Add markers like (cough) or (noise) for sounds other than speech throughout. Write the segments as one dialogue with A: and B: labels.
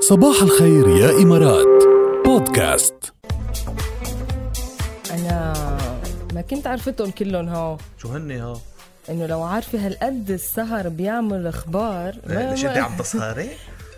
A: صباح الخير يا إمارات بودكاست
B: انا ما كنت عرفتهم كلهم هو
C: شو هن ها؟
B: انه لو عارفه هالقد السهر بيعمل اخبار ما-
C: إيه، ليش
B: ما-
C: انت عم تسهري؟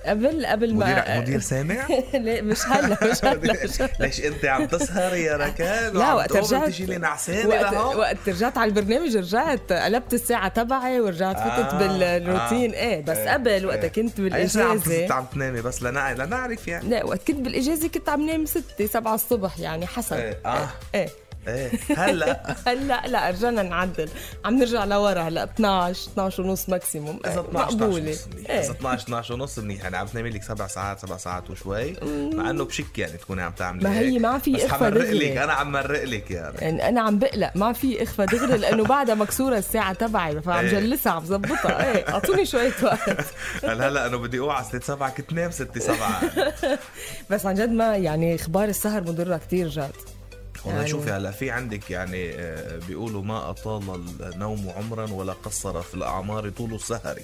B: (laughs) قبل قبل ما
C: مدير مدير سامع؟
B: (laughs) لا مش
C: (laughs)
B: هلا مش هلا مش هلا
C: ليش انت عم تسهري يا ركال؟
B: لا
C: وعم
B: وقت
C: تقومي
B: رجعت
C: بتجي لي نعسانه
B: وقت,
C: لهون؟
B: وقت رجعت على البرنامج رجعت قلبت الساعة تبعي ورجعت فتت
C: آه،
B: بالروتين
C: آه.
B: ايه بس
C: إيه،
B: قبل وقتها
C: إيه.
B: كنت
C: أي ساعة عم تز-
B: بالإجازة
C: عم تنامي بس لنع- لنعرف يعني
B: لا وقت كنت بالإجازة كنت عم نام ستة سبعة الصبح يعني حسب
C: إيه، آه.
B: ايه
C: ايه
B: (laughs)
C: هلا
B: هلا لا رجعنا نعدل عم نرجع لورا هلا 12 12 ونص ماكسيموم إيه،
C: اذا 12
B: مقبولة
C: 12 منيح.
B: إيه.
C: اذا 12 12 ونص منيح يعني عم تنامي لك سبع ساعات سبع ساعات وشوي مع انه بشك يعني تكوني عم تعملي
B: ما هي
C: هيك.
B: ما في
C: بس
B: إخفة
C: حمرق
B: دغري.
C: لك انا عم مرق لك يعني
B: يعني انا عم بقلق ما في اخفى دغري لانه بعدها مكسوره الساعه تبعي فعم
C: إيه.
B: جلسها عم ظبطها ايه اعطوني شويه وقت
C: (laughs) هلا هلا انا بدي اوعى 6 7 كنت نام 6 7
B: بس عن جد ما يعني اخبار السهر مضره كتير جد
C: والله
B: يعني-
C: شوفي هلا في عندك يعني آه، بيقولوا ما اطال النوم عمرا ولا قصر في الاعمار طول السهر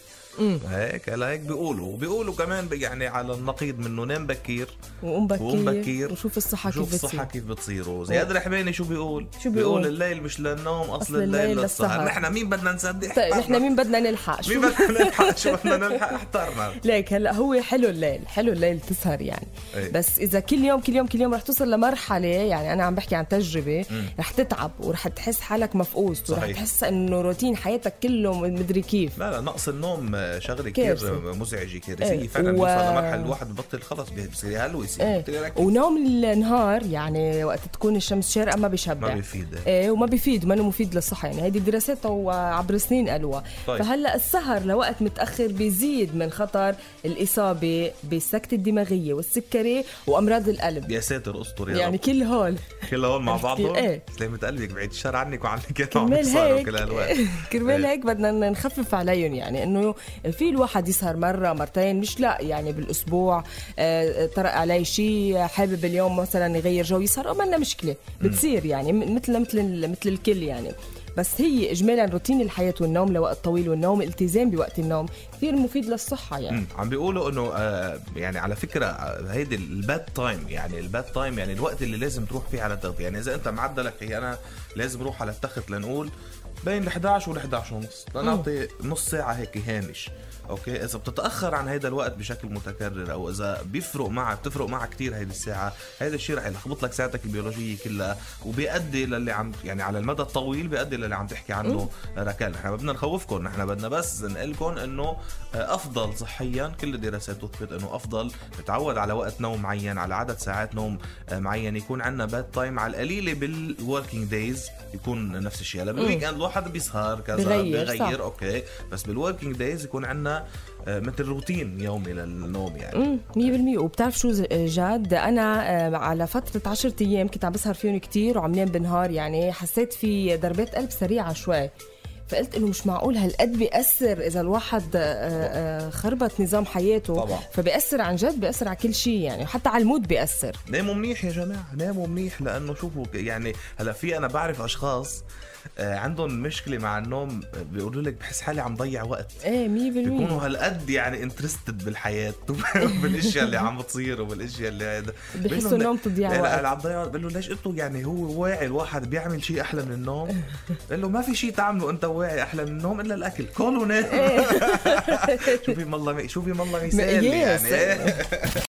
C: هيك هلا هيك بيقولوا وبيقولوا كمان ب- يعني على النقيض منه نام بكير
B: وقوم بكير,
C: وقوم بكير
B: وشوف الصحه
C: شوف
B: كيف
C: الصحة
B: بتصير
C: كيف بتصير زياد الحماني شو بيقول؟
B: شو بيقول؟
C: الليل مش للنوم اصل,
B: أصل
C: الليل,
B: الليل
C: للسهر
B: للسهر.
C: نحن مين بدنا نصدق
B: طيب نحن
C: احترنا.
B: مين بدنا نلحق
C: مين
B: شو
C: بدنا نلحق شو بدنا نلحق احترنا
B: ليك هلا هو حلو الليل حلو الليل تسهر يعني
C: إيه.
B: بس اذا كل يوم كل يوم كل يوم رح توصل لمرحله يعني انا عم بحكي عن تجربه رح تتعب ورح تحس حالك مفقوس ورح
C: صحيح.
B: تحس انه روتين حياتك كله مدري كيف
C: لا لا نقص النوم آه، شغله
B: كارثة.
C: كثير مزعجه كارثيه
B: إيه،
C: فعلا
B: و-
C: بيوصل لمرحله الواحد ببطل خلص بصير هلوسي
B: ايه
C: بطل يركز.
B: ونوم النهار يعني وقت تكون الشمس شارقه ما
C: ما
B: بيشبع
C: بيفيد
B: ايه وما بيفيد منه مفيد للصحه يعني هيدي دراسات عبر سنين قالوها
C: طيب.
B: فهلا السهر لوقت متاخر بيزيد من خطر الاصابه بالسكته الدماغيه والسكري وامراض القلب
C: يا ساتر استر يا
B: يعني
C: يعني
B: كل هول
C: كل هون مع بعضهم
B: إيه.
C: سلامة قلبك بعيد الشر عنك وعنك يا عم
B: كرمال
C: يصاروا
B: هيك
C: كل هالوقت
B: (laughs) كرمال
C: إيه.
B: هيك بدنا نخفف عليهم يعني انه في الواحد يسهر مره مرتين مش لا يعني بالاسبوع آه، طرق عليه شيء حابب اليوم مثلا يغير جو يسهر ما لنا مشكله بتصير يعني م- مثل مثل مثل الكل يعني بس هي اجمالا روتين الحياه والنوم لوقت طويل والنوم الالتزام بوقت النوم كثير مفيد للصحه يعني
C: مم. عم بيقولوا انه آه يعني على فكره آه، هيدي الباد تايم يعني الباد تايم يعني الوقت اللي لازم تروح فيه على التخت يعني اذا انت معدلك هي انا لازم اروح على التخت لنقول بين ال 11 وال 11 ونص لنعطي نص ساعه هيك هامش اوكي اذا بتتاخر عن هيدا الوقت بشكل متكرر او اذا بيفرق معك بتفرق معك كثير هيدي الساعه هيدا الشيء رح يلخبط لك ساعتك البيولوجيه كلها وبيؤدي للي عم يعني على المدى الطويل بيؤدي للي عم تحكي عنه ركال نحن ما بدنا نخوفكم نحن بدنا بس نقلكم انه افضل صحيا كل الدراسات تثبت انه افضل نتعود على وقت نوم معين على عدد ساعات نوم آه، معين يكون عندنا باد تايم على القليله بالوركينج دايز يكون نفس الشيء هلا بالويك اند الواحد بيسهر كذا
B: بغير، صح.
C: بغير اوكي بس بالوركينج دايز يكون عندنا مثل روتين يومي للنوم يعني
B: مية 100% وبتعرف شو ز- جاد انا آه، على فتره 10 ايام كنت عم بسهر فيهم كتير وعم نام بالنهار يعني حسيت في ضربات قلب سريعه شوي فقلت انه مش معقول هالقد بياثر اذا الواحد آه، آه، خربط نظام حياته
C: طبعاً.
B: فبياثر عن جد بياثر على كل شيء يعني وحتى على المود بياثر
C: ناموا منيح يا جماعه ناموا منيح لانه شوفوا ك- يعني هلا في انا بعرف اشخاص آه، عندهم مشكله مع النوم آه، بيقولوا لك بحس حالي عم ضيع وقت
B: ايه 100%
C: بيكونوا هالقد يعني انترستد (laughs) بالحياه وبالاشياء اللي عم بتصير وبالاشياء اللي هيدا
B: بحسوا
C: بقول لهم-
B: النوم تضييع
C: لا،
B: وقت.
C: لا، لا، عم ضيع وقت. بقول له ليش انتوا يعني هو واعي الواحد بيعمل شيء احلى من
B: (laughs)
C: النوم بقول له ما في شيء تعمله انت واعي احلى من النوم الا الاكل
B: إيه. (laughs)
C: (laughs) كل ونام شوفي والله شوفي والله مثالي
B: يس.
C: يعني